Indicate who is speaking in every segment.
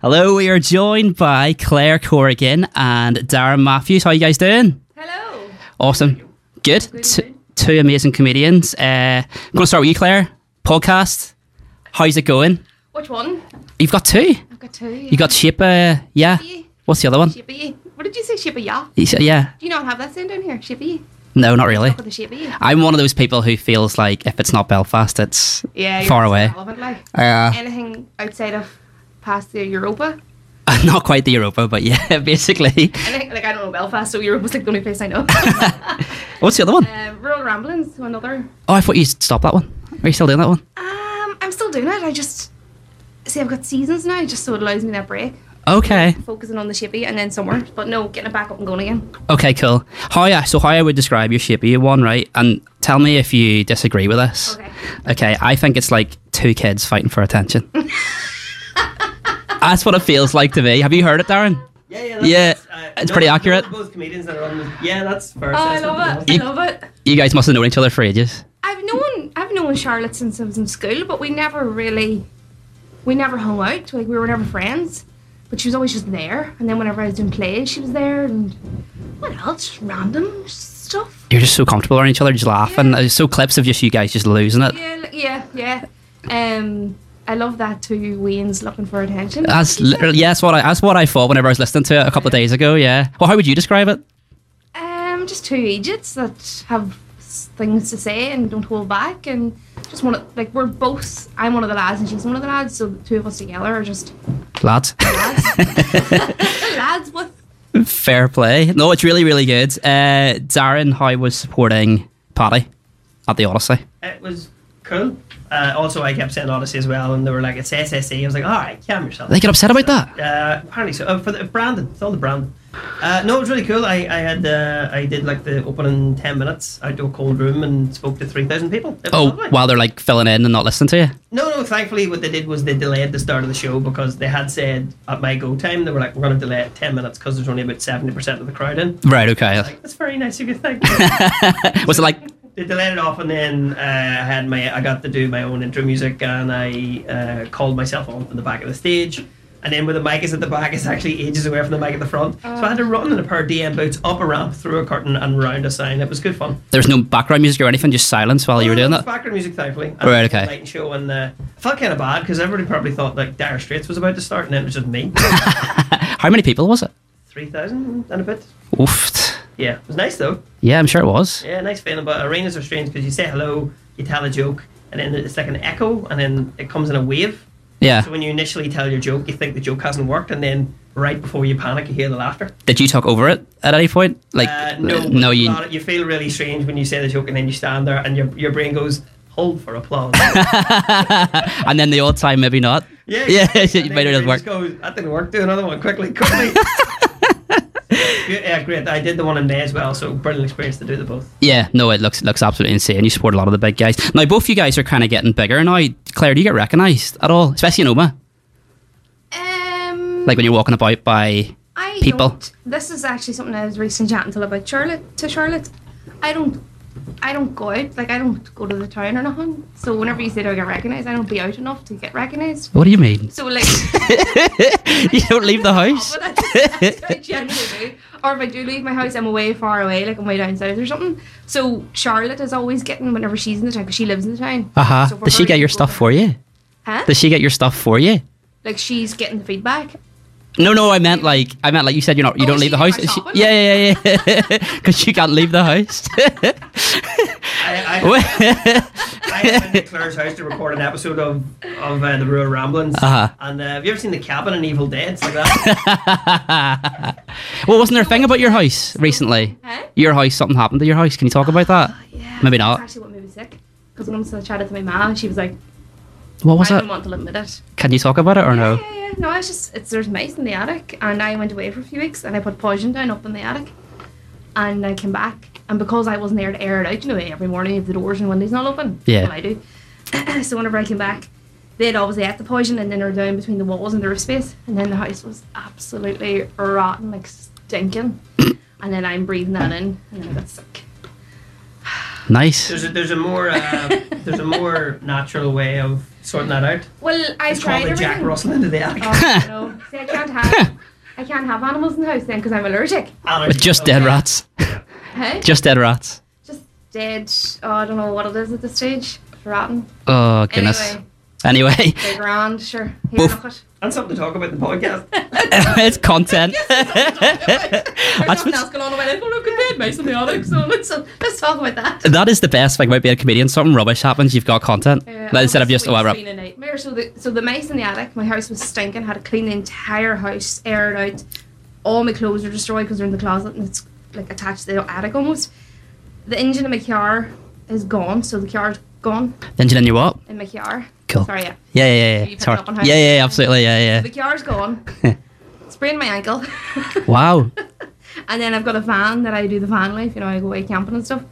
Speaker 1: Hello, we are joined by Claire Corrigan and Darren Matthews. How are you guys doing?
Speaker 2: Hello.
Speaker 1: Awesome. Good. T- two amazing comedians. Uh, I'm going to start with you, Claire. Podcast. How's it going?
Speaker 2: Which one?
Speaker 1: You've got two.
Speaker 2: I've got two.
Speaker 1: You got Shipa, yeah.
Speaker 2: Shippy.
Speaker 1: What's the other one?
Speaker 2: Shippy. What did you say, Shippy? Yeah.
Speaker 1: You said- Yeah.
Speaker 2: Do you not have that sound down here? Shippy.
Speaker 1: No, not really.
Speaker 2: Or the Shippy.
Speaker 1: I'm one of those people who feels like if it's not Belfast, it's
Speaker 2: Yeah. you're
Speaker 1: far
Speaker 2: just
Speaker 1: away.
Speaker 2: relevant, like.
Speaker 1: Uh,
Speaker 2: Anything outside of past the Europa?
Speaker 1: not quite the Europa, but yeah, basically.
Speaker 2: Anything, like I don't know Belfast, so Europa's like the only place I know.
Speaker 1: What's the other one?
Speaker 2: um, rural ramblings, another.
Speaker 1: Oh, I thought you stopped that one. Are you still doing that one?
Speaker 2: Um, I'm still doing it. I just see I've got seasons now, just so it allows me that break,
Speaker 1: Okay.
Speaker 2: focusing on the Shippy and then somewhere. But no, getting it back up and going again.
Speaker 1: Okay, cool. How I, so how I would describe your Shippy one, right? And tell me if you disagree with this.
Speaker 2: Okay.
Speaker 1: Okay, I think it's like two kids fighting for attention. That's what it feels like to me. Have you heard it, Darren?
Speaker 3: Yeah, yeah,
Speaker 1: Yeah,
Speaker 3: that's- Uh,
Speaker 1: it's pretty
Speaker 3: those-
Speaker 1: accurate.
Speaker 3: those Both comedians that are on the, yeah, that's fair.
Speaker 2: Oh, I love it.
Speaker 1: You-
Speaker 2: I love it.
Speaker 1: You guys must have known each other for ages.
Speaker 2: I've known I've known Charlotte since I was in school, but we never really we never hung out. Like we were never friends. But she was always just there. And then whenever I was doing plays, she was there and what else? Just Random stuff.
Speaker 1: You're just so comfortable around each other, just laughing.
Speaker 2: Yeah.
Speaker 1: There's so clips of just you guys just losing it.
Speaker 2: Yeah, like- yeah, yeah. Um I love that too, Wayne's looking for attention.
Speaker 1: That's literally yeah, that's what I that's what I thought whenever I was listening to it a couple of days ago. Yeah. Well, how would you describe it?
Speaker 2: Um just two idiots that have s- things to say and don't hold back and just want to like we're both I'm one of the lads and she's one of the lads, so the two of us together are just
Speaker 1: Lads.
Speaker 2: lads with
Speaker 1: Fair play. No, it's really, really good. Uh, Darren, how was supporting Patty at the Odyssey?
Speaker 3: It was cool. Uh, also, I kept saying Odyssey as well, and they were like, "It's SSE." I was like, "All right, calm yourself."
Speaker 1: They get upset about that.
Speaker 3: Uh, apparently so. Uh, for the Brandon, it's all the Brandon. Uh, no, it was really cool. I, I had uh, I did like the opening ten minutes outdoor cold room and spoke to three thousand people. It was
Speaker 1: Oh,
Speaker 3: lovely.
Speaker 1: while they're like filling in and not listening to you.
Speaker 3: No, no. Thankfully, what they did was they delayed the start of the show because they had said at my go time they were like, "We're going to delay it ten minutes because there's only about seventy percent of the crowd in."
Speaker 1: Right. Okay.
Speaker 3: Like, that's very nice of you. Thank you.
Speaker 1: Was it like?
Speaker 3: They delayed it off, and then uh, I had my I got to do my own intro music, and I uh, called myself on from the back of the stage. And then where the mic is at the back, it's actually ages away from the mic at the front. so I had to run in a pair of DM boots up a ramp, through a curtain, and round a sign. It was good fun.
Speaker 1: There's no background music or anything, just silence while Oh, you were doing
Speaker 3: It was
Speaker 1: that.
Speaker 3: Background music, thankfully.
Speaker 1: Right,
Speaker 3: And
Speaker 1: okay.
Speaker 3: Light and show, and uh, I felt kind of bad because everybody probably thought like Dire Straits was about to start, and then it was just me,
Speaker 1: How many people was it?
Speaker 3: three thousand and a bit.
Speaker 1: Oof.
Speaker 3: Yeah, it was nice though.
Speaker 1: Yeah, I'm sure it was.
Speaker 3: Yeah, nice feeling. But arenas are strange because you say hello, you tell a joke, and then it's like an echo, and then it comes in a wave.
Speaker 1: Yeah.
Speaker 3: So when you initially tell your joke, you think the joke hasn't worked, and then right before you panic, you hear the laughter.
Speaker 1: Did you talk over it at any point? Like,
Speaker 3: Uh, no,
Speaker 1: uh, no,
Speaker 3: but
Speaker 1: you.
Speaker 3: not- You feel really strange when you say the joke, and then you stand there, and your your brain goes hold for applause.
Speaker 1: And then the old time, maybe not. Yeah,
Speaker 3: exactly.
Speaker 1: you
Speaker 3: And then
Speaker 1: made it
Speaker 3: your
Speaker 1: as
Speaker 3: brain
Speaker 1: work.
Speaker 3: just goes, that didn't work. Do another one quickly, quickly. Good- yeah, great. I did the one in May as well, so brilliant experience to do the both.
Speaker 1: Yeah, no, it looks it looks absolutely insane. You support a lot of the big guys. Now, both you guys are kind of getting bigger now. Claire, do you get recognised at all, especially in Oma?
Speaker 2: Um,
Speaker 1: Like when you're walking about by.
Speaker 2: I
Speaker 1: people.
Speaker 2: Don't, this is actually something I was recently chatting to about Charlotte to Charlotte. I don't, I don't go out. Like I don't go to the town or nothing. So whenever you say do I get recognised, I don't be out enough to get recognised.
Speaker 1: What do you mean?
Speaker 2: So like,
Speaker 1: you don't leave the house.
Speaker 2: But I, just, I generally do. Or if I do leave my house, I'm away far away, like I'm way down south or something. So Charlotte is always getting whenever she's in the town because she lives in the town.
Speaker 1: Uh huh.
Speaker 2: So for
Speaker 1: Does she
Speaker 2: her
Speaker 1: get
Speaker 2: to
Speaker 1: your
Speaker 2: go
Speaker 1: stuff
Speaker 2: to-
Speaker 1: for you?
Speaker 2: Huh?
Speaker 1: Does she get your stuff for you?
Speaker 2: Like she's getting the feedback.
Speaker 1: No, no, I meant like I meant like you said you're not you
Speaker 2: Oh,
Speaker 1: don't
Speaker 2: she
Speaker 1: leave the
Speaker 2: did my
Speaker 1: house. Is she-
Speaker 2: shopping?
Speaker 1: yeah, yeah, yeah, because you can't leave the house.
Speaker 3: I, I, I had been to Claire's house to record an episode of of uh, the Rural Ramblings.
Speaker 1: Uh-huh.
Speaker 3: And uh, have you ever seen the cabin in Evil Dead? It's like that.
Speaker 1: well, wasn't there a thing about your house recently?
Speaker 2: Huh?
Speaker 1: Your house, something happened to your house. Can you talk about that?
Speaker 2: Yeah.
Speaker 1: Maybe not.
Speaker 2: That's actually what made me sick. Because once I chatted to my mom, she was like,
Speaker 1: What was
Speaker 2: I
Speaker 1: it?
Speaker 2: don't want to admit it.
Speaker 1: Can you talk about it or no?
Speaker 2: Yeah, yeah, yeah. No, it's just it's there's mice in the attic, and I went away for a few weeks, and I put poison down up in the attic, and I came back, and because I wasn't there to air it out, you know, every morning if the doors and windows not open,
Speaker 1: Yeah.
Speaker 2: well I do. so whenever I came back, they'd obviously ate the poison, and then they're down between the walls and the roof space, and then the house was absolutely rotten, like stinking, and then I'm breathing that in, and then I got sick.
Speaker 1: Nice.
Speaker 3: There's a there's a more uh, there's a more natural way of sorting that out.
Speaker 2: Well, I
Speaker 3: It's called
Speaker 2: tried
Speaker 3: the Jack
Speaker 2: everything.
Speaker 3: Russell into the attic.
Speaker 2: Oh, no. See, I can't have. I can't have animals in the house then because I'm allergic.
Speaker 1: But
Speaker 3: Allergy.
Speaker 1: just dead rats.
Speaker 2: Hey? Just,
Speaker 1: Just dead rats.
Speaker 2: dead. Oh, I don't know what it is at this stage. It's rotten.
Speaker 1: Oh goodness.
Speaker 2: Anyway,
Speaker 1: Anyway,
Speaker 2: big round. Sure. Here,
Speaker 1: Woof.
Speaker 2: look it.
Speaker 3: And something to talk about in the podcast.
Speaker 1: it's content. That's
Speaker 2: There's nothing
Speaker 1: what's-
Speaker 2: else going on about it. Oh, look, it did Mason the Onyx. So let's, uh, let's talk about that.
Speaker 1: that is the best thing about being a comedian. Something rubbish happens, you've got content.
Speaker 2: Yeah,
Speaker 1: Like, instead of
Speaker 2: Uh, obviously
Speaker 1: just oh, I
Speaker 2: it's
Speaker 1: rap.
Speaker 2: been a nightmare. So the so the mice in the attic. My house was stinking. Had to clean the entire house, air it out. All my clothes are destroyed because they're in the closet and it's like attached to the attic almost. The engine in my car is gone, so the car's gone
Speaker 1: Then you know you what?
Speaker 2: in my car.
Speaker 1: Cool.
Speaker 2: Sorry, yeah.
Speaker 1: Yeah, yeah, yeah.
Speaker 2: You
Speaker 1: yeah.
Speaker 2: picked
Speaker 1: Sorry.
Speaker 2: up on how-
Speaker 1: Yeah, yeah, yeah, absolutely. Yeah,
Speaker 2: The
Speaker 1: yeah.
Speaker 2: car's gone. Sprained my ankle.
Speaker 1: Wow.
Speaker 2: And then I've got a van that I do the van life, you know, I go away camping and stuff.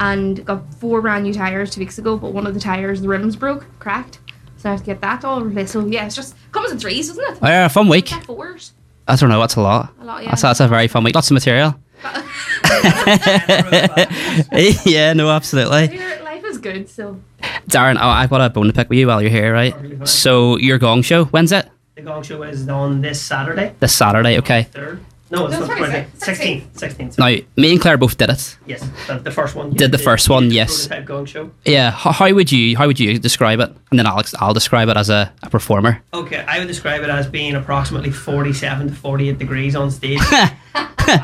Speaker 2: And got four brand new tires two weeks ago, but one of the tires, the rims broke, cracked. So I have to get that all replaced. So yeah, it's just comes in threes, doesn't it?
Speaker 1: Oh, yeah, a fun week.
Speaker 2: Is that fours?
Speaker 1: I don't know. That's a lot.
Speaker 2: A lot, yeah.
Speaker 1: That's, that's a very fun week. Lots of material. yeah, no, absolutely.
Speaker 2: Here, life is good, so
Speaker 1: Darren, oh, I've got a bone to pick with you while you're here, right?
Speaker 3: Probably fine.
Speaker 1: So your gong show, when's it?
Speaker 3: The Gong Show is on this Saturday,
Speaker 1: This Saturday, okay.
Speaker 3: third. No, it's
Speaker 2: No,
Speaker 3: not
Speaker 2: sorry,
Speaker 3: Friday.
Speaker 2: sir.
Speaker 3: 16th. 16th.
Speaker 1: Now, me and Claire both did it.
Speaker 3: Yes, the, the first one.
Speaker 1: Did the first one,
Speaker 3: the
Speaker 1: yes.
Speaker 3: Prototype Gong Show.
Speaker 1: Yeah. How, how would you how would you describe it? And then Alex, I'll describe it as a, a performer.
Speaker 3: Okay, I would describe it as being approximately 47 to 48 degrees on stage.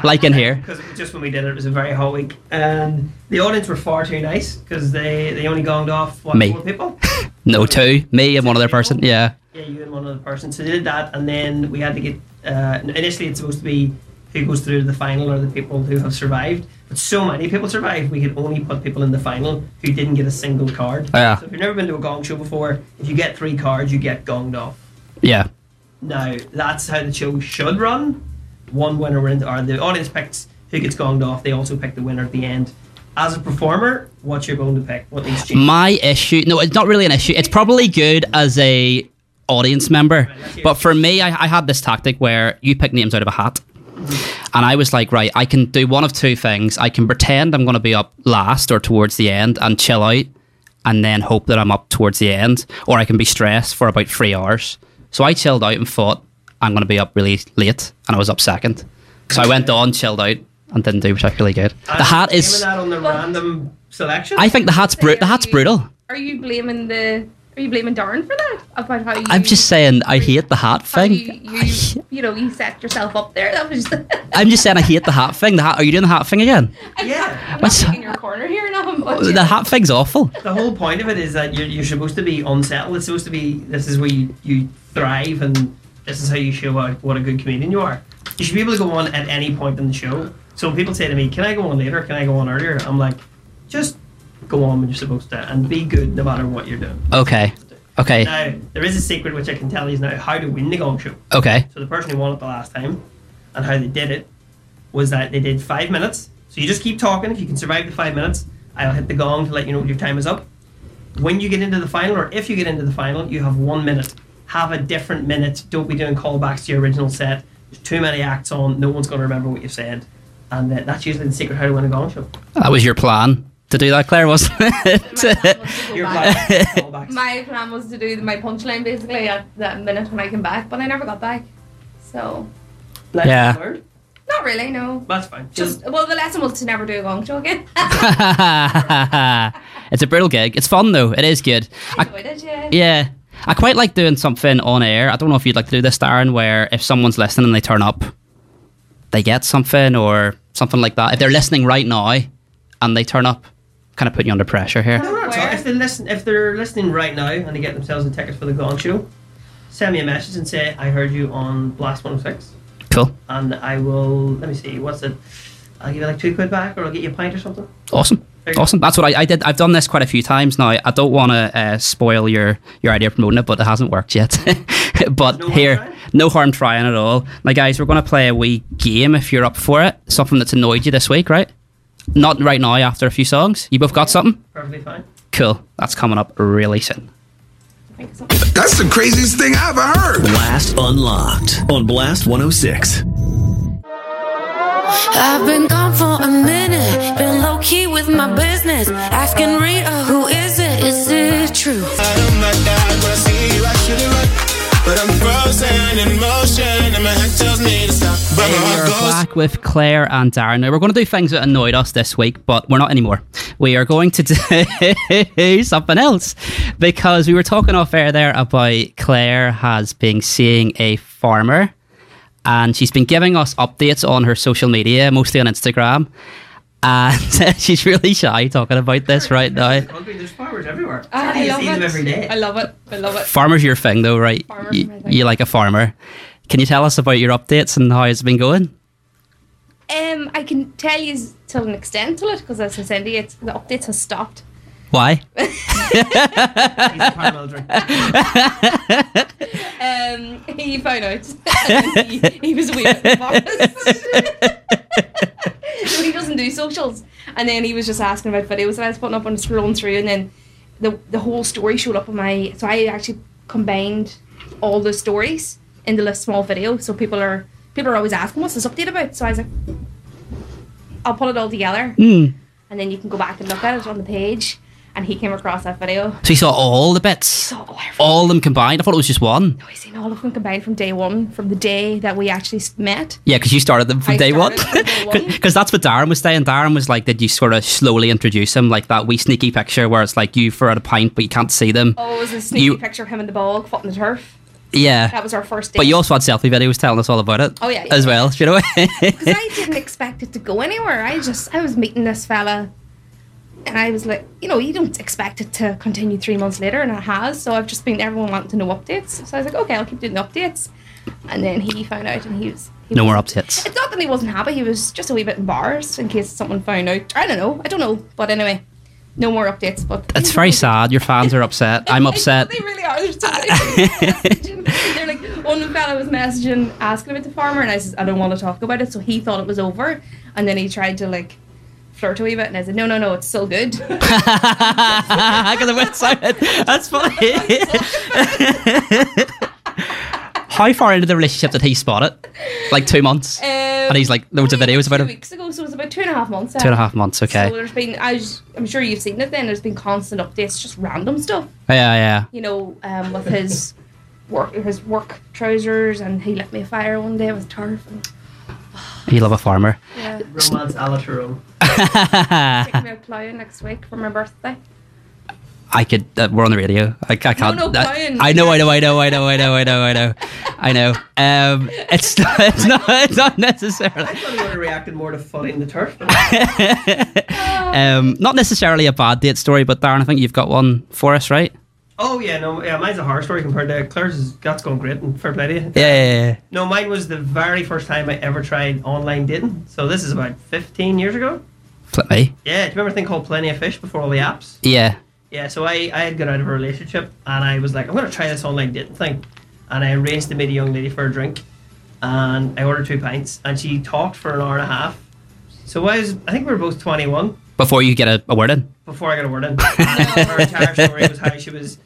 Speaker 1: like in here.
Speaker 3: Because just when we did it, it was a very hot week. And the audience were far too nice because they, they only gonged off, what,
Speaker 1: Me.
Speaker 3: four people?
Speaker 1: No, two. Me and one other person. Yeah.
Speaker 3: Yeah, you and one other person. So they did that, and then we had to get. Uh, initially, it's supposed to be who goes through to the final are the people who have survived. But so many people survived, we could only put people in the final who didn't get a single card.
Speaker 1: Yeah.
Speaker 3: So if you've never been to a gong show before, if you get three cards, you get gonged off.
Speaker 1: Yeah.
Speaker 3: Now, that's how the show should run. One winner wins, or the audience picks who gets gonged off. They also pick the winner at the end. As a performer, what's your going to pick? What needs to change?
Speaker 1: My issue no, it's not really an issue. It's probably good as a audience member. But for me, I, I had this tactic where you pick names out of a hat. And I was like, right, I can do one of two things. I can pretend I'm gonna be up last or towards the end and chill out and then hope that I'm up towards the end, or I can be stressed for about three hours. So I chilled out and thought I'm gonna be up really late and I was up second. So I went on, chilled out, and didn't do particularly good. The
Speaker 3: And
Speaker 1: hat
Speaker 3: aiming
Speaker 1: is
Speaker 3: that on the
Speaker 2: Well-
Speaker 3: random selection.
Speaker 1: I think the hat's bru- the hat's brutal.
Speaker 2: Are you blaming the are you blaming Darren for that? About how you
Speaker 1: I'm just saying I hate the hat
Speaker 2: how
Speaker 1: thing.
Speaker 2: you, you, you know, you set yourself up there. That was just
Speaker 1: I'm just saying I hate the hat thing. The hat, are you doing the hat thing again?
Speaker 3: yeah.
Speaker 2: I'm not
Speaker 1: What's-
Speaker 2: taking your corner here now. I'm
Speaker 1: The hat thing's awful.
Speaker 3: The whole point of it is that you're, you're supposed to be unsettled. It's supposed to be this is where you, you thrive and this is how you show what, what a good comedian you are. You should be able to go on at any point in the show. So when people say to me, "Can I go on later? Can I go on earlier?" I'm like, just go on when you're supposed to and be good no matter what you're doing.
Speaker 1: Okay. Okay.
Speaker 3: Now there is a secret which I can tell you now how to win the gong show.
Speaker 1: Okay.
Speaker 3: So the person who won it the last time and how they did it was that they did five minutes. So you just keep talking. If you can survive the five minutes, I'll hit the gong to let you know your time is up. When you get into the final, or if you get into the final, you have one minute. Have a different minute. Don't be doing callbacks to your original set. There's too many acts on. No one's going to remember what you've said. And uh, that's usually the secret how to win a gong show.
Speaker 1: That was your plan to do that, Claire, wasn't it?
Speaker 3: Your
Speaker 2: my,
Speaker 3: callbacks, callbacks.
Speaker 2: my plan was to do my punchline basically at that minute when I came back, but I never got back. So
Speaker 3: Lesson
Speaker 1: Yeah.
Speaker 3: learned?
Speaker 2: not really, no.
Speaker 3: That's fine.
Speaker 2: Just well, the lesson was to never do a gong show again.
Speaker 1: it's a brutal gig. It's fun though. It is good.
Speaker 2: I
Speaker 1: I,
Speaker 2: enjoyed it, yeah.
Speaker 1: yeah. I quite like doing something on air. I don't know if you'd like to do this, Darren, where if someone's listening and they turn up, they get something or something like that. If they're listening right now and they turn up, kind of putting you under pressure here.
Speaker 3: No, no, it's all- If they listen, if they're listening right now and they get themselves a ticket for the Gong Show, send me a message and say I heard you on Blast One Hundred Six,
Speaker 1: Cool.
Speaker 3: and I will. Let me see, what's it? I'll give you like two quid back, or I'll get you a pint or something.
Speaker 1: Awesome.
Speaker 3: Very good.
Speaker 1: Awesome. That's what I, I did. I've done this quite a few times now. I don't want to uh, spoil your, your idea of promoting it, but it hasn't worked yet. but
Speaker 3: No harm
Speaker 1: here,
Speaker 3: trying?
Speaker 1: no harm trying at all. Now, guys, we're going to play a wee game if you're up for it. Something that's annoyed you this week, right? Not right now after a few songs. You both got something?
Speaker 3: Perfectly fine.
Speaker 1: Cool. That's coming up really soon.
Speaker 2: I think so.
Speaker 4: That's the craziest thing I ever heard.
Speaker 5: oh
Speaker 6: Blast Unlocked on Blast 106.
Speaker 4: I've been gone for a minute, been low key with my business. Asking Rita, who is it? Is it true?
Speaker 6: out of my dive when I see you, I should run. But I'm frozen in motion, and my head tells me to stop. But my
Speaker 1: We
Speaker 6: heart
Speaker 1: are
Speaker 6: goes.
Speaker 1: back with Claire and Darren. Now, we're going to do things that annoyed us this week, but we're not anymore. We are going to do something else because we were talking off air there about Claire has been seeing a farmer and she's been giving us updates on her social media, mostly on Instagram. And she's really shy talking about this right now.
Speaker 3: Hungry, there's flowers everywhere.
Speaker 7: Ah, I
Speaker 3: you
Speaker 7: love
Speaker 3: see
Speaker 7: it.
Speaker 3: them every day.
Speaker 7: I love it. I love it.
Speaker 1: Farmer's your thing, though, right?
Speaker 7: Farmer's
Speaker 1: You,
Speaker 7: my thing.
Speaker 1: you like a farmer. Can you tell us about your updates and how it's been going?
Speaker 2: Um, I can tell you to an extent to it because as I said, it's, the updates has stopped.
Speaker 1: Why?
Speaker 3: He's a paramilitary.
Speaker 7: Um, he found out. he, he was a wee bit embarrassed.
Speaker 2: So he doesn't do socials. And then he was just asking about videos that I was putting up and scrolling through, and then the the whole story showed up on my. So I actually combined all the stories into a small video. So people are people are always asking what's this update about. So I was like, I'll put it all together,
Speaker 1: Hmm.
Speaker 2: and then you can go back and look at it on the page. And he came across that video.
Speaker 1: So you saw all the bits,
Speaker 2: So oh, everything
Speaker 1: all of them combined. I thought it was just one.
Speaker 2: I seen all of them combined from day one, from the day that we actually s- met.
Speaker 1: Yeah, because you started them from
Speaker 7: I
Speaker 1: day one.
Speaker 7: started from day one.
Speaker 1: Because that's what Darren was saying. Darren was like, "Did you sort of slowly introduce him like that wee sneaky picture where it's like you for at a pint, but you can't see them."
Speaker 2: Oh, it was a sneaky
Speaker 1: You-
Speaker 2: picture of him in the bog, fought in the turf. That
Speaker 1: yeah,
Speaker 2: was our first date.
Speaker 1: but you also had selfie videos telling us all about it.
Speaker 2: Oh, yeah,
Speaker 1: as
Speaker 2: yeah.
Speaker 1: well. You know.
Speaker 2: Because I didn't expect it to go anywhere. I just, I was meeting this fella and I was like, you know, you don't expect it to continue three months later and it has. So I've just been, everyone wanting to know updates. So I was like, okay, I'll keep doing the updates. And then he found out and he was. He
Speaker 1: no
Speaker 2: was,
Speaker 1: more updates.
Speaker 2: It's not that he wasn't happy, he was just a wee bit embarrassed in case someone found out. I don't know, I don't know. But anyway, no more updates. But
Speaker 1: It's very sad. Your fans are upset. I'm upset.
Speaker 2: They really are. There's so many people messaging. They're like, one fella was messaging asking about the farmer, and I said, I don't want to talk about it. So he thought it was over, and then he tried to like flirt a wee bit, and I said, No, no, no, it's still good. Um,
Speaker 1: Because I went silent. That's funny. How far into the relationship did he spot it? Like two months.
Speaker 2: Uh,
Speaker 1: and he's like, loads of videos about
Speaker 2: two
Speaker 1: him.
Speaker 2: weeks ago, so it was about two and a half months.
Speaker 1: Two and a half months. Okay.
Speaker 2: So there's been, as I'm sure you've seen it. Then there's been constant updates, just random stuff.
Speaker 1: Yeah, yeah.
Speaker 2: you know, um, with his work his work trousers, and he lit me a fire one day with turf. And,
Speaker 1: You love a farmer.
Speaker 2: yeah,
Speaker 3: Romance a la Tyrone.
Speaker 2: taking me out ploughing next week for my birthday.
Speaker 1: I could. Uh, we're on the radio. I, I can't.
Speaker 2: no,
Speaker 1: that-
Speaker 2: Brian.
Speaker 1: I know. I know. I know. I know. I know. I know. I know. I know. Um, it's not. It's not. It's not necessarily.
Speaker 3: I thought he would have reacted more to funny in the turf. But
Speaker 1: Um, not necessarily a bad date story, but Darren, I think you've got one for us, right?
Speaker 3: oh yeah, no, yeah, mine's a horror story compared to Claire's. Is, that's going great and fair play to
Speaker 1: Yeah.
Speaker 3: you.
Speaker 1: yeah, yeah.
Speaker 3: No, mine was the very first time I ever tried online dating. So this is about 15 years ago.
Speaker 1: Flip me.
Speaker 3: Yeah, do you remember a thing called Plenty of Fish before all the apps?
Speaker 1: Yeah.
Speaker 3: Yeah, so I, I had got out of a relationship and I was like, I'm going to try this online dating thing. And I arranged to meet a young lady for a drink and I ordered two pints and she talked for an hour and a half. So I was, I think we were both 21
Speaker 1: Before you get a, a word in.
Speaker 3: before I got a word in. And her entire story was how she was,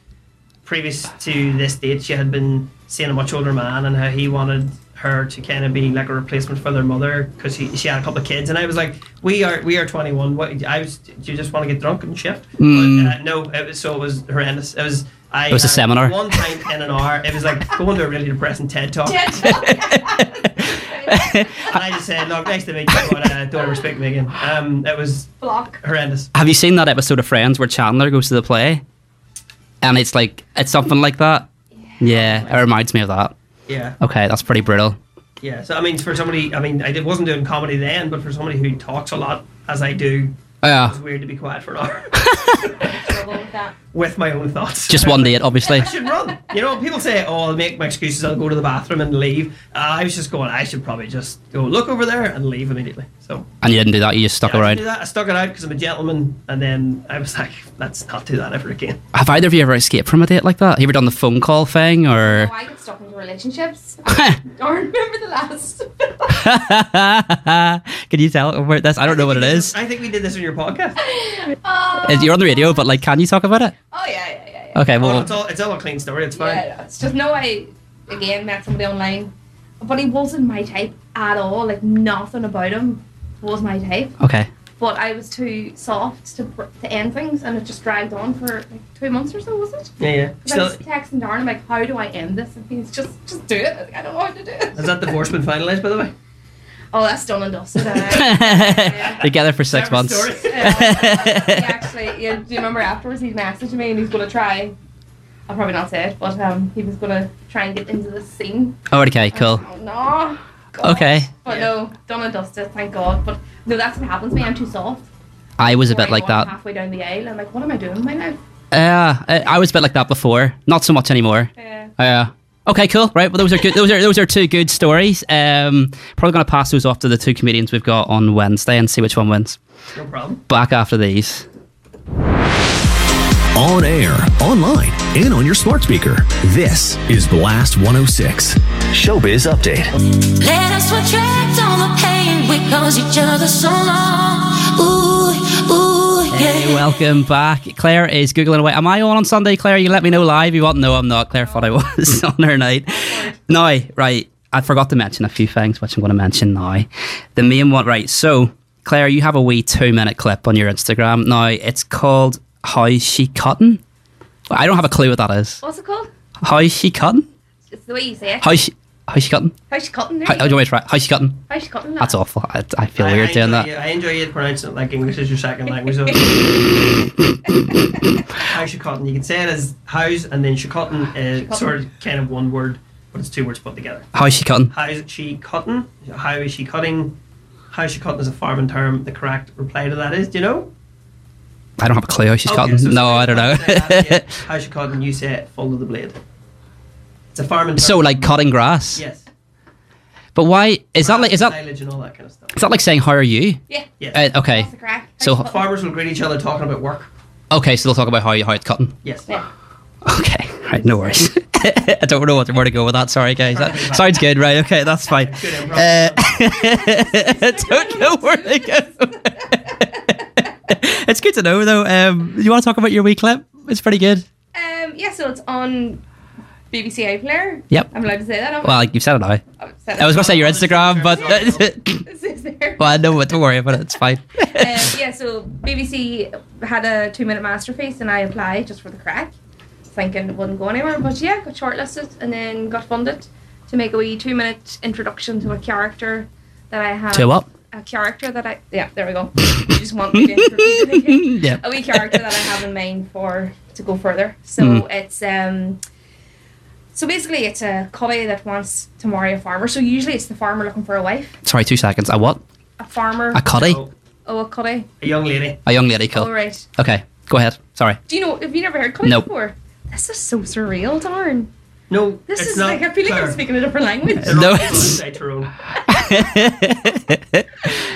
Speaker 3: previous to this date, she had been seeing a much older man and how he wanted her to kind of be like a replacement for their mother because she, she had a couple of kids. And I was like, we are we are 21. What I was, do you just want to get drunk and shift? But, uh, no, it was, so it was horrendous. It was. I
Speaker 1: Hmm. It was a
Speaker 3: had
Speaker 1: seminar.
Speaker 3: One pint in an hour. It was like going to a really depressing TED talk. And I just said, look, nice to meet you, but uh, don't respect me again. Um, it was
Speaker 2: Block.
Speaker 3: horrendous.
Speaker 1: Have you seen that episode of Friends where Chandler goes to the play, and it's like it's something like that? Yeah. It reminds me of that.
Speaker 3: Yeah.
Speaker 1: Okay, that's pretty brutal.
Speaker 3: Yeah, so I mean, for somebody, I mean, I did- wasn't doing comedy then, but for somebody who talks a lot as I do,
Speaker 1: Oh, Yeah.
Speaker 3: it's weird to be quiet for an hour
Speaker 2: Trouble with that.
Speaker 3: with my own thoughts.
Speaker 1: Just one date, obviously.
Speaker 3: I should run. You know, people say, "Oh, I'll make my excuses. I'll go to the bathroom and leave." Uh, I was just going. I should probably just go look over there and leave immediately. So
Speaker 1: And you didn't do that. You just stuck
Speaker 3: yeah, I, didn't
Speaker 1: around.
Speaker 3: do that. I stuck it out because I'm a gentleman, and then I was like, "Let's not do that ever again."
Speaker 1: Have either of you ever escaped from a date like that? Have you ever done the phone call thing or?
Speaker 2: Oh, I get stuck into relationships. I remember the last.
Speaker 1: can you tell about this? I don't know what it is.
Speaker 3: I think we did this on your podcast.
Speaker 2: oh,
Speaker 1: Is- You're on the radio, but like, can you talk about it?
Speaker 2: oh yeah, yeah, yeah, yeah.
Speaker 1: Okay,
Speaker 3: Oh,
Speaker 1: well,
Speaker 3: it's all it's all a clean story. It's fine.
Speaker 2: yeah no, it's just no. I again met somebody online, but he wasn't my type at all. Like nothing about him was my type.
Speaker 1: Okay.
Speaker 2: But I was too soft to, br- to end things, and it just dragged on for like two months or so, was it?
Speaker 3: Yeah, yeah.
Speaker 2: Because I
Speaker 3: Still,
Speaker 2: was texting Darren, I'm like, how do I end this? And he's just, just do it. I was like, I don't know how to do it.
Speaker 3: has that divorce been finalised, by the way?
Speaker 2: Oh, that's done and dusted. Uh, yeah.
Speaker 1: Together for six
Speaker 3: Separate
Speaker 1: months.
Speaker 3: story.
Speaker 2: Yeah, he actually, yeah, do you remember afterwards he messaged me and he's going to try? I'll probably not say it, but um, he was going to try and get into the scene.
Speaker 1: Oh, okay, cool.
Speaker 2: Oh, no. "Oh, God.
Speaker 1: Okay.
Speaker 2: But no, done and dusted, thank God. But no, that's what happens to me. I'm too soft.
Speaker 1: I was a
Speaker 2: Where
Speaker 1: bit
Speaker 2: I
Speaker 1: like
Speaker 2: go, I'm
Speaker 1: that.
Speaker 2: Halfway down the aisle, I'm like, what am I doing with my life?
Speaker 1: Yeah, I, I was a bit like that before. Not so much anymore.
Speaker 2: Yeah.
Speaker 1: Yeah. Okay, cool. Right. Well, those are good. Those are those are two good stories. Um, probably gonna pass those off to the two comedians we've got on Wednesday and see which one wins.
Speaker 3: No problem.
Speaker 1: Back after these.
Speaker 5: On air, online, and on your smart speaker. This is Blast 106. Showbiz Update.
Speaker 4: Let us retract all the pain. We caused each other so long. Ooh, ooh, yeah.
Speaker 1: Hey, welcome back. Claire is googling away. Am I on on Sunday, Claire? You let me know live. You want? No, I'm not. Claire thought I was on her night. No, right. I forgot to mention a few things, which I'm going to mention now. The main one, right? So, Claire, you have a wee two minute clip on your Instagram. Now, it's called "How's She Cutting." I don't have a clue what that is.
Speaker 2: What's it called?
Speaker 1: How's she cutting?
Speaker 2: It's the way you say it.
Speaker 1: How's she? How's she cutting?
Speaker 2: How's she cutting? There
Speaker 1: How,
Speaker 2: you
Speaker 1: how do
Speaker 2: go.
Speaker 1: you want me to try? How's she cutting?
Speaker 2: How's she cutting?
Speaker 1: That's awful. I, I feel
Speaker 3: I- I
Speaker 1: weird doing
Speaker 3: enjoy
Speaker 1: that.
Speaker 3: You, I enjoy you pronouncing it like English is your second language. So. How's your cotton? You can say it as house and then she cotton
Speaker 1: Ah,
Speaker 3: is sort of kind of one word, but it's two words put together.
Speaker 1: How's she cutting?
Speaker 3: How's she cotton? How is she cutting? How's she cotton is a farming term. The correct reply to that is, do you know?
Speaker 1: I don't have a clue how she's
Speaker 3: Okay,
Speaker 1: cutting.
Speaker 3: so
Speaker 1: no, I
Speaker 3: somebody
Speaker 1: don't
Speaker 3: else said that,
Speaker 1: know.
Speaker 3: yeah. How's she cotton? You say it, follow the blade. It's a farming term.
Speaker 1: so like cutting grass.
Speaker 3: Yes.
Speaker 1: But why is that like is that
Speaker 3: silage and all that kind of stuff?
Speaker 1: is that like saying how are you?
Speaker 2: Yeah.
Speaker 3: Yes.
Speaker 1: Uh, oh. okay.
Speaker 2: That's a crack.
Speaker 1: So-
Speaker 2: How's she cutting?
Speaker 3: Farmers will greet each other talking about work.
Speaker 1: Okay, so they'll talk about how you how it's cutting.
Speaker 3: Yes.
Speaker 2: Yeah.
Speaker 1: Okay. Right, no worries. I don't know what, where to go with that. Sorry, guys. That sounds good, right? Okay, that's fine.
Speaker 3: Good
Speaker 1: Uh,
Speaker 3: improv.
Speaker 1: I don't know where to go. it's good to know, though. Um, you want to talk about your wee clip? It's pretty good.
Speaker 2: Um, yeah, so it's on BBC iPlayer.
Speaker 1: Yep.
Speaker 2: I'm allowed to say that. Oh, I'm,
Speaker 1: Well, you've said it now.
Speaker 2: I'm upset.
Speaker 1: I was going to say your Instagram, but
Speaker 2: This is there.
Speaker 1: well, I know what. Don't worry about it. It's fine.
Speaker 2: Um, yeah, so BBC had a two minute masterpiece, and I applied just for the crack, thinking it wouldn't go anywhere. But yeah, got shortlisted and then got funded to make a wee two minute introduction to a character that I have.
Speaker 1: To what?
Speaker 2: A character that I. Yeah, there we go. you just want me to repeat it again.
Speaker 1: yeah.
Speaker 2: a wee character that I have in mind for to go further. So
Speaker 1: Mm.
Speaker 2: it's um so basically it's a collie that wants to marry a farmer. So usually it's the farmer looking for a wife.
Speaker 1: Sorry, two seconds. A what?
Speaker 2: A farmer
Speaker 1: A cutty?
Speaker 3: Oh,
Speaker 2: Oh a collie.
Speaker 3: a young lady.
Speaker 1: A young lady, cool.
Speaker 2: All right.
Speaker 1: Okay, go ahead. Sorry.
Speaker 2: Do you know have you never heard collie
Speaker 1: Nope.
Speaker 2: before? This is so surreal, darn.
Speaker 3: No,
Speaker 2: This
Speaker 3: it's
Speaker 2: is
Speaker 3: not
Speaker 2: like I feel like I'm
Speaker 3: Claire.
Speaker 2: speaking a different language.
Speaker 3: They're
Speaker 1: No,
Speaker 3: all
Speaker 1: it's-
Speaker 3: inside Tyrone.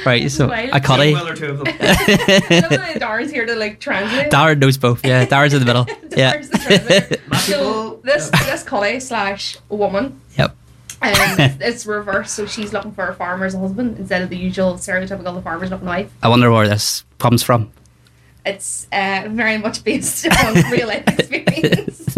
Speaker 1: Right, so
Speaker 2: wild.
Speaker 1: a cutty.
Speaker 3: Well, or two of them.
Speaker 2: Sometimes Darren's here to like translate.
Speaker 1: Darren knows both. Yeah, Darren's in the middle. Yeah.
Speaker 2: Darren's the translator.
Speaker 3: People-
Speaker 2: so this
Speaker 3: no.
Speaker 2: this collie slash woman
Speaker 1: Yep.
Speaker 2: Um, it's, it's reverse, so she's looking for a farmer as a husband instead of the usual stereotypical the farmer's looking wife.
Speaker 1: I wonder where this comes from.
Speaker 2: It's uh, very much based on real life experience.
Speaker 3: This,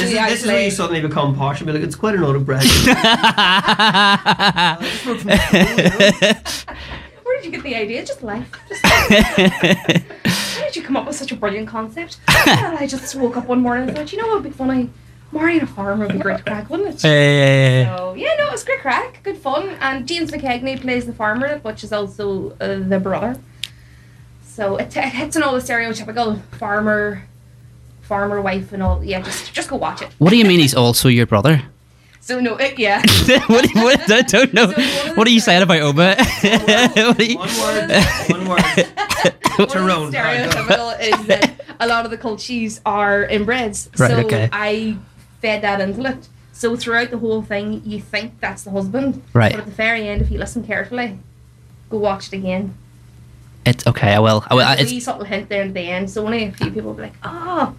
Speaker 3: is, this is where you suddenly become posh and be like, it's quite an old brand.
Speaker 2: Where did you get the idea? Just life. Just life. How did you come up with such a brilliant concept? Well, I just woke up one morning and thought, you know what would be funny? Marrying a farmer would be great crack, wouldn't it?
Speaker 1: Hey.
Speaker 2: So, yeah, no, it was great crack, good fun. And James McKegney plays the farmer, which is also uh, the brother. So it, it hits on all the stereotypical farmer, farmer wife, and all. Yeah, just just go watch it.
Speaker 1: What do you mean he's also your brother?
Speaker 2: So no, it, yeah.
Speaker 1: what, do you- what- I don't know.
Speaker 2: So one of
Speaker 1: What are
Speaker 2: the
Speaker 1: you saying about Oma? What are you-
Speaker 3: one word, one word. Tyrone.
Speaker 2: One of the stereotypical is that a lot of the cultures are inbreds.
Speaker 1: Right,
Speaker 2: so
Speaker 1: okay.
Speaker 2: I fed that into it. So throughout the whole thing, you think that's the husband.
Speaker 1: Right.
Speaker 2: But at the very end, if you listen carefully, go watch it again.
Speaker 1: It's okay. I will. I will. I-
Speaker 2: There's a wee
Speaker 1: It's, Ah.
Speaker 2: subtle hint there at the end. So only a few people will be like, oh,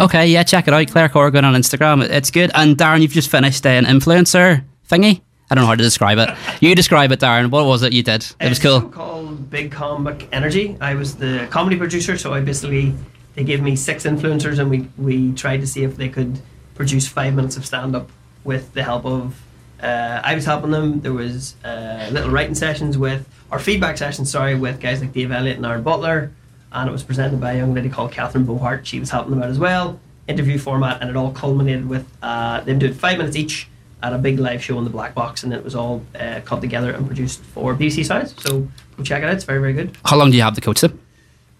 Speaker 1: okay. Yeah. Check it out. Claire Corrigan on Instagram. It's good. And Darren, you've just finished an influencer thingy. I don't know how to describe it. You describe it, Darren. What was it you did? It was
Speaker 3: Uh, It's a show
Speaker 1: cool.
Speaker 3: called Big Comic Energy. I was the comedy producer, so I basically they gave me six influencers, and we we tried to see if they could produce five minutes of stand up with the help of Uh, I was helping them. There was uh, little writing sessions with, or feedback sessions, sorry, with guys like Dave Elliott and Aaron Butler. And it was presented by a young lady called Catherine Bohart. She was helping them out as well. Interview format, and it all culminated with uh, them doing five minutes each at a big live show in the Black Box, and it was all uh, cut together and produced for BBC Science. So go check it out. It's very, very good.
Speaker 1: How long do you have to coach them?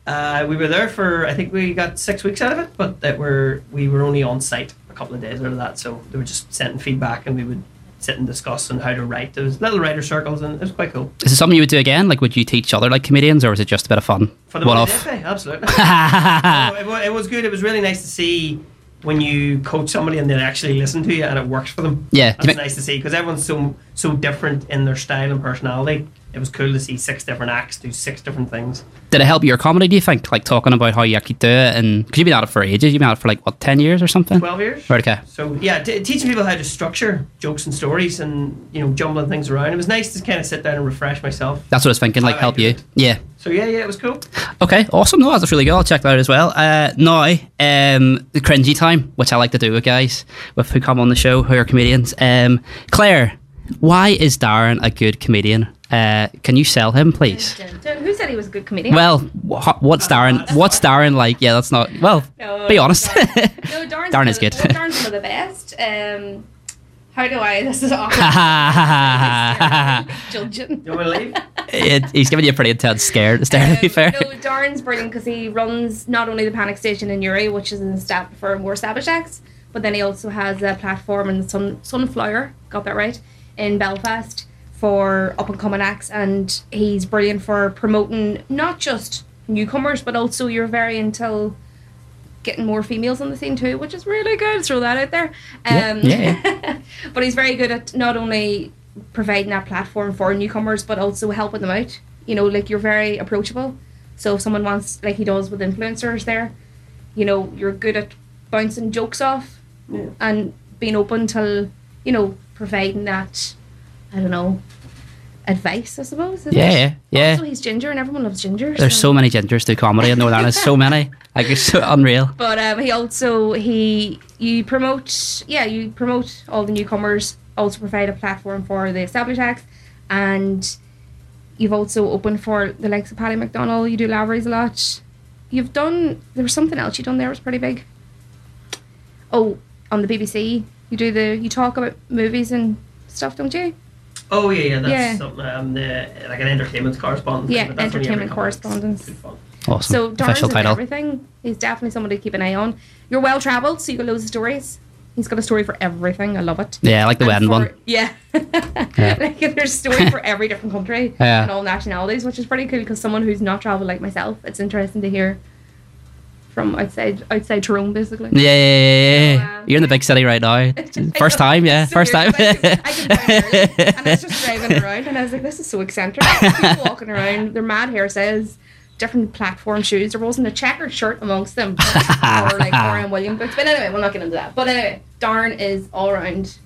Speaker 3: Uh, we were there for I think we got six weeks out of it, but that were we were only on site a couple of days out of that, so they were just sending feedback and we would sit and discuss on how to write. There was little writer circles and it was quite cool.
Speaker 1: Is it something you would do again? Like, would you teach other like comedians, or is it just a bit of fun?
Speaker 3: For the
Speaker 1: One
Speaker 3: money,
Speaker 1: off.
Speaker 3: definitely, absolutely. No, it, wa- it was good. It was really nice to see when you coach somebody and they actually listen to you and it works for them.
Speaker 1: Yeah.
Speaker 3: That's nice to see because everyone's so so different in their style and personality. It was cool to see six different acts do six different things.
Speaker 1: Did it help your comedy? Do you think? Like talking about how you actually do it, and because you've been at it for ages, you've been at it for like what ten years or something.
Speaker 3: Twelve years.
Speaker 1: Right. Okay.
Speaker 3: So yeah, t- teaching people how to structure jokes and stories, and you know, jumbling things around. It was nice to kind of sit down and refresh myself.
Speaker 1: That's what I was thinking. Like,
Speaker 3: How I
Speaker 1: help
Speaker 3: do
Speaker 1: you.
Speaker 3: it.
Speaker 1: Yeah.
Speaker 3: So yeah, yeah, it was cool.
Speaker 1: Okay, awesome. No, that's really good. I'll check that out as well. Uh, now, um, the cringy time, which I like to do with guys with who come on the show who are comedians. Um, Claire, why is Darren a good comedian? Uh, can you sell him, please?
Speaker 2: Dun, dun. Who said he was a good comedian?
Speaker 1: Well, wha what's Darren? What's Darren like? Yeah, that's not. Well,
Speaker 7: No,
Speaker 1: be honest.
Speaker 7: Darren- No, Darren's
Speaker 1: Darren
Speaker 7: one
Speaker 1: is
Speaker 7: of the-
Speaker 1: good.
Speaker 7: well, Darren's one of the best. Um, how do I? This is
Speaker 1: ha, ha,
Speaker 7: awkward. Judging.
Speaker 3: You want me to leave?
Speaker 1: It- he's giving you a pretty intense scare. Stare, to be fair.
Speaker 2: Um, No, Darren's brilliant because he runs not only the Panic Station in Uri, which is in staff for more established acts, but then he also has a platform in Sun Sunflower, got that right, in Belfast for up and coming acts, and he's brilliant for promoting not just newcomers but also you're very until getting more females on the scene too, which is really good. Throw that out there.
Speaker 1: Yeah,
Speaker 2: Um,
Speaker 1: yeah,
Speaker 2: but he's very good at not only providing that platform for newcomers, but also helping them out. You know, like you're very approachable. So if someone wants, like he does with influencers, there, you know, you're good at bouncing jokes off and being open to, you know, providing that, I don't know, advice. I suppose. isn't
Speaker 1: Yeah,
Speaker 2: it?
Speaker 1: yeah, yeah.
Speaker 2: Also, he's ginger, and everyone loves ginger.
Speaker 1: There's so many gingers do comedy in Northern Ireland. So many. Like, it's so unreal.
Speaker 2: But um, he also he you promote yeah you promote all the newcomers, also provide a platform for the established acts, and you've also opened for the likes of Paddy McDonald. You do Lavery's a lot. You've done there was something else you done there was pretty big. Oh, on the BBC you do the you talk about movies and stuff, don't you?
Speaker 3: Oh yeah, yeah, that's
Speaker 2: Yeah.
Speaker 3: something. Um, the, like an entertainment correspondent.
Speaker 2: Yeah,
Speaker 3: but that's only every
Speaker 2: entertainment
Speaker 3: couple of weeks.
Speaker 2: correspondence.
Speaker 3: Good fun.
Speaker 1: Awesome.
Speaker 2: So Darren's
Speaker 1: Official
Speaker 2: in
Speaker 1: title.
Speaker 2: everything. He's definitely someone to keep an eye on. You're well travelled, so you got loads of stories. He's got a story for everything. I love it.
Speaker 1: Yeah, I like the wedding
Speaker 2: And for-
Speaker 1: one.
Speaker 2: Yeah.
Speaker 1: Yeah.
Speaker 2: like there's story for every different country
Speaker 1: Yeah.
Speaker 2: and all nationalities, which is pretty cool because someone who's not travelled like myself, it's interesting to hear from outside outside Tyrone basically.
Speaker 1: Yeah, yeah, yeah, yeah.
Speaker 2: So, um,
Speaker 1: You're in the big city right now.
Speaker 2: I
Speaker 1: First
Speaker 2: know.
Speaker 1: time, yeah.
Speaker 2: So
Speaker 1: First time.
Speaker 2: weird, 'cause I could- I could drive early, and I was just driving around, and I was like, "This is so eccentric." People walking around, their mad hairstyles, different platform shoes. There wasn't a checkered shirt amongst them, or like Marianne William books. But anyway, we'll not get into that. But anyway, Darn is all around.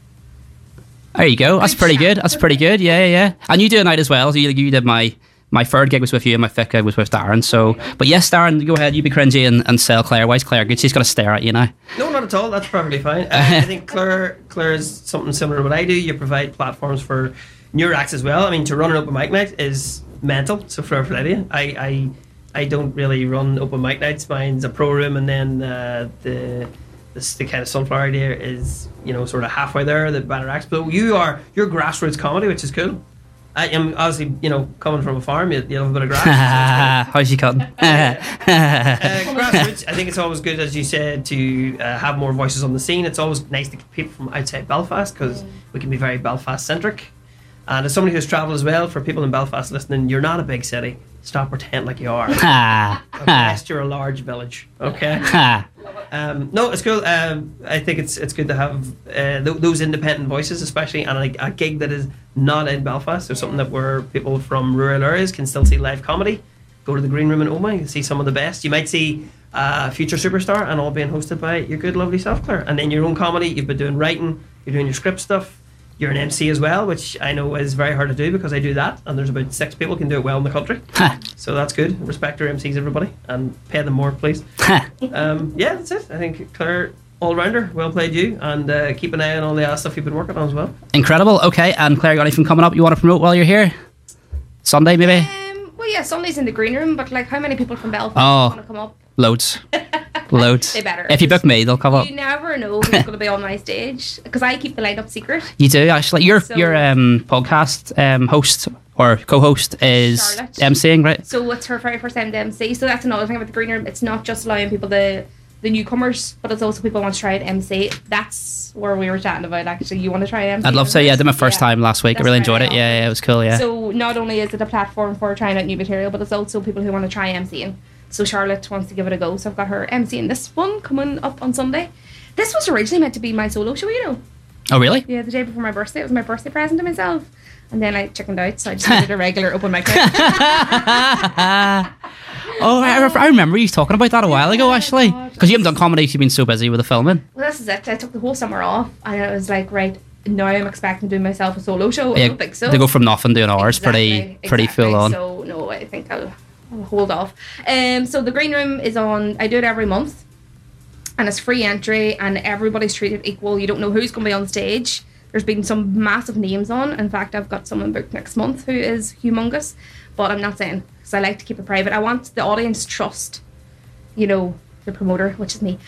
Speaker 1: there you go. That's
Speaker 2: Good
Speaker 1: pretty
Speaker 2: shout.
Speaker 1: good. That's pretty good. Yeah, yeah, yeah. And you do a night as well. So you, you did my my third gig was with you, and my fifth gig was with Darren. So, but yes, Darren, go ahead. You be cringy and, and sell Claire. Why is Claire good? She's got to stare at you now.
Speaker 3: No, not at all. That's perfectly fine. Uh, I think Claire, Claire is something similar to what I do. You provide platforms for newer acts as well. I mean, to run an open mic night is mental. So fair play to you. I, I, I don't really run open mic nights. Mine's a pro room, and then uh, the this the kind of sunflower idea is you know sort of halfway there. The better acts, but you are your grassroots comedy, which is cool. I am obviously you know coming from a farm. You, you love a bit of grass. so it's cool
Speaker 1: How's she cutting?
Speaker 3: uh, grassroots, I think it's always good, as you said, to uh, have more voices on the scene. It's always nice to get people from outside Belfast because we can be very Belfast centric. And as somebody who's travelled as well, for people in Belfast listening, you're not a big city. Stop pretending like you are.
Speaker 1: Ah, ah,
Speaker 3: Unless you're a large village. Okay.
Speaker 1: ah.
Speaker 3: Um, no, it's cool. Um, I think it's it's good to have uh, th- those independent voices, especially on a, a gig that is not in Belfast or something that where people from rural areas can still see live comedy. Go to the green room in Oma, you can see some of the best. You might see uh, a future superstar and all being hosted by your good, lovely self, Claire. And then your own comedy. You've been doing writing. You're doing your script stuff. You're an MC as well, which I know is very hard to do because I do that, and there's about six people can do it well in the country. So that's good. Respect your MCs, everybody, and pay them more, please. Um, yeah, that's it. I think Claire all rounder. Well played you, and uh, keep an eye on all the other stuff you've been working on as well.
Speaker 1: Incredible. Okay, and Claire, you got anything coming up you want to promote while you're here? Sunday, maybe?
Speaker 2: Um, well, yeah, Sunday's in the green room, but like, how many people from Belfast
Speaker 1: Oh.
Speaker 2: want to come up?
Speaker 1: Loads. Loads.
Speaker 2: They better.
Speaker 1: If you book me, they'll come up.
Speaker 2: You never know who's going to be on my stage because I keep the lineup secret.
Speaker 1: You do actually. Your
Speaker 2: So-
Speaker 1: your um, podcast um, host or co-host is
Speaker 2: Charlotte.
Speaker 1: emceeing, right?
Speaker 2: So it's her very first time to MC. So that's another thing about the green room. It's not just allowing people the the newcomers, but it's also people want to try it MC. That's where we were chatting about actually. You want to try MC?
Speaker 1: I'd love to. Yeah, I did my first time last week. I
Speaker 2: That's
Speaker 1: really
Speaker 2: right,
Speaker 1: enjoyed it.
Speaker 2: yeah.
Speaker 1: Yeah, yeah, it was cool. Yeah.
Speaker 2: So not only is it a platform for trying out new material, but it's also people who want to try MCing. So Charlotte wants to give it a go. So I've got her MCing this one coming up on Sunday. This was originally meant to be my solo show, you know.
Speaker 1: oh really?
Speaker 2: Yeah, the day before my birthday, it was my birthday present to myself. And then I chickened out, so I just did a regular open mic. night.
Speaker 1: Oh, I, ref- I remember you talking about that a while ago, actually. Because you haven't done comedy, you've been so busy with the filming.
Speaker 2: well, this is it. I took the whole summer off, and it was like, right now I'm expecting to do myself a solo show. I
Speaker 1: Yeah,
Speaker 2: don't think so.
Speaker 1: To go from nothing to an hour is pretty
Speaker 2: Exactly,
Speaker 1: pretty
Speaker 2: exactly.
Speaker 1: full on.
Speaker 2: So no, I think I'll, I'll hold off. Um, so the green room is on. I do it every month, and it's free entry, and everybody's treated equal. You don't know who's going to be on stage. There's been some massive names on. In fact, I've got someone booked next month who is humongous, but I'm not saying because I like to keep it private. I want the audience to trust, you know, the promoter, which is me.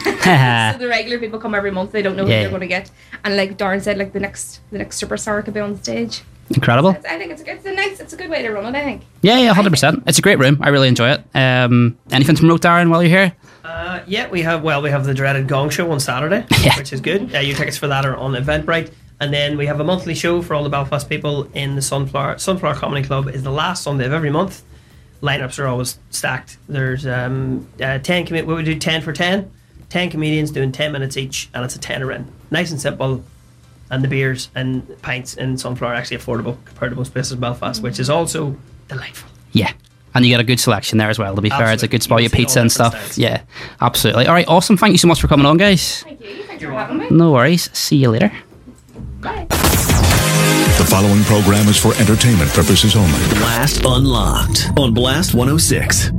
Speaker 2: so the regular people come every month. They don't know
Speaker 1: Yeah.
Speaker 2: who they're going to get, and like Darren said, like the next the next superstar could be on stage.
Speaker 1: Incredible.
Speaker 2: It's- I think it's a good, it's a nice, it's a good way to run it. I think.
Speaker 1: Yeah, yeah, hundred percent. It's a great room. I really enjoy it. Um, anything to promote, Darren, while you're here?
Speaker 3: Uh, yeah, we have well, we have the dreaded Gong Show on Saturday,
Speaker 1: Yeah.
Speaker 3: which is good. Uh, your tickets for that are on Eventbrite, and then we have a monthly show for all the Belfast people in the Sunflower Sunflower Comedy Club. is the last Sunday of every month. Lineups are always stacked. There's um, uh, ten com- we would do ten for ten. Ten comedians doing ten minutes each, and it's a tenner in. Nice and simple, and the beers and pints in Sunflower are actually affordable compared to most places in Belfast, which is also delightful.
Speaker 1: Yeah. And you get a good selection there as well, to be fair. It's a
Speaker 3: Absolutely.
Speaker 1: good spot,
Speaker 3: You
Speaker 1: your
Speaker 3: can see all
Speaker 1: pizza and
Speaker 3: different
Speaker 1: stuff.
Speaker 3: styles.
Speaker 1: Yeah, absolutely. All right, awesome. Thank you so much for coming on, guys.
Speaker 2: Thank you. Thanks for having me.
Speaker 1: No worries. See you later.
Speaker 2: Bye.
Speaker 6: The following program is for entertainment purposes only.
Speaker 5: Blast oh Unlocked on Blast 106.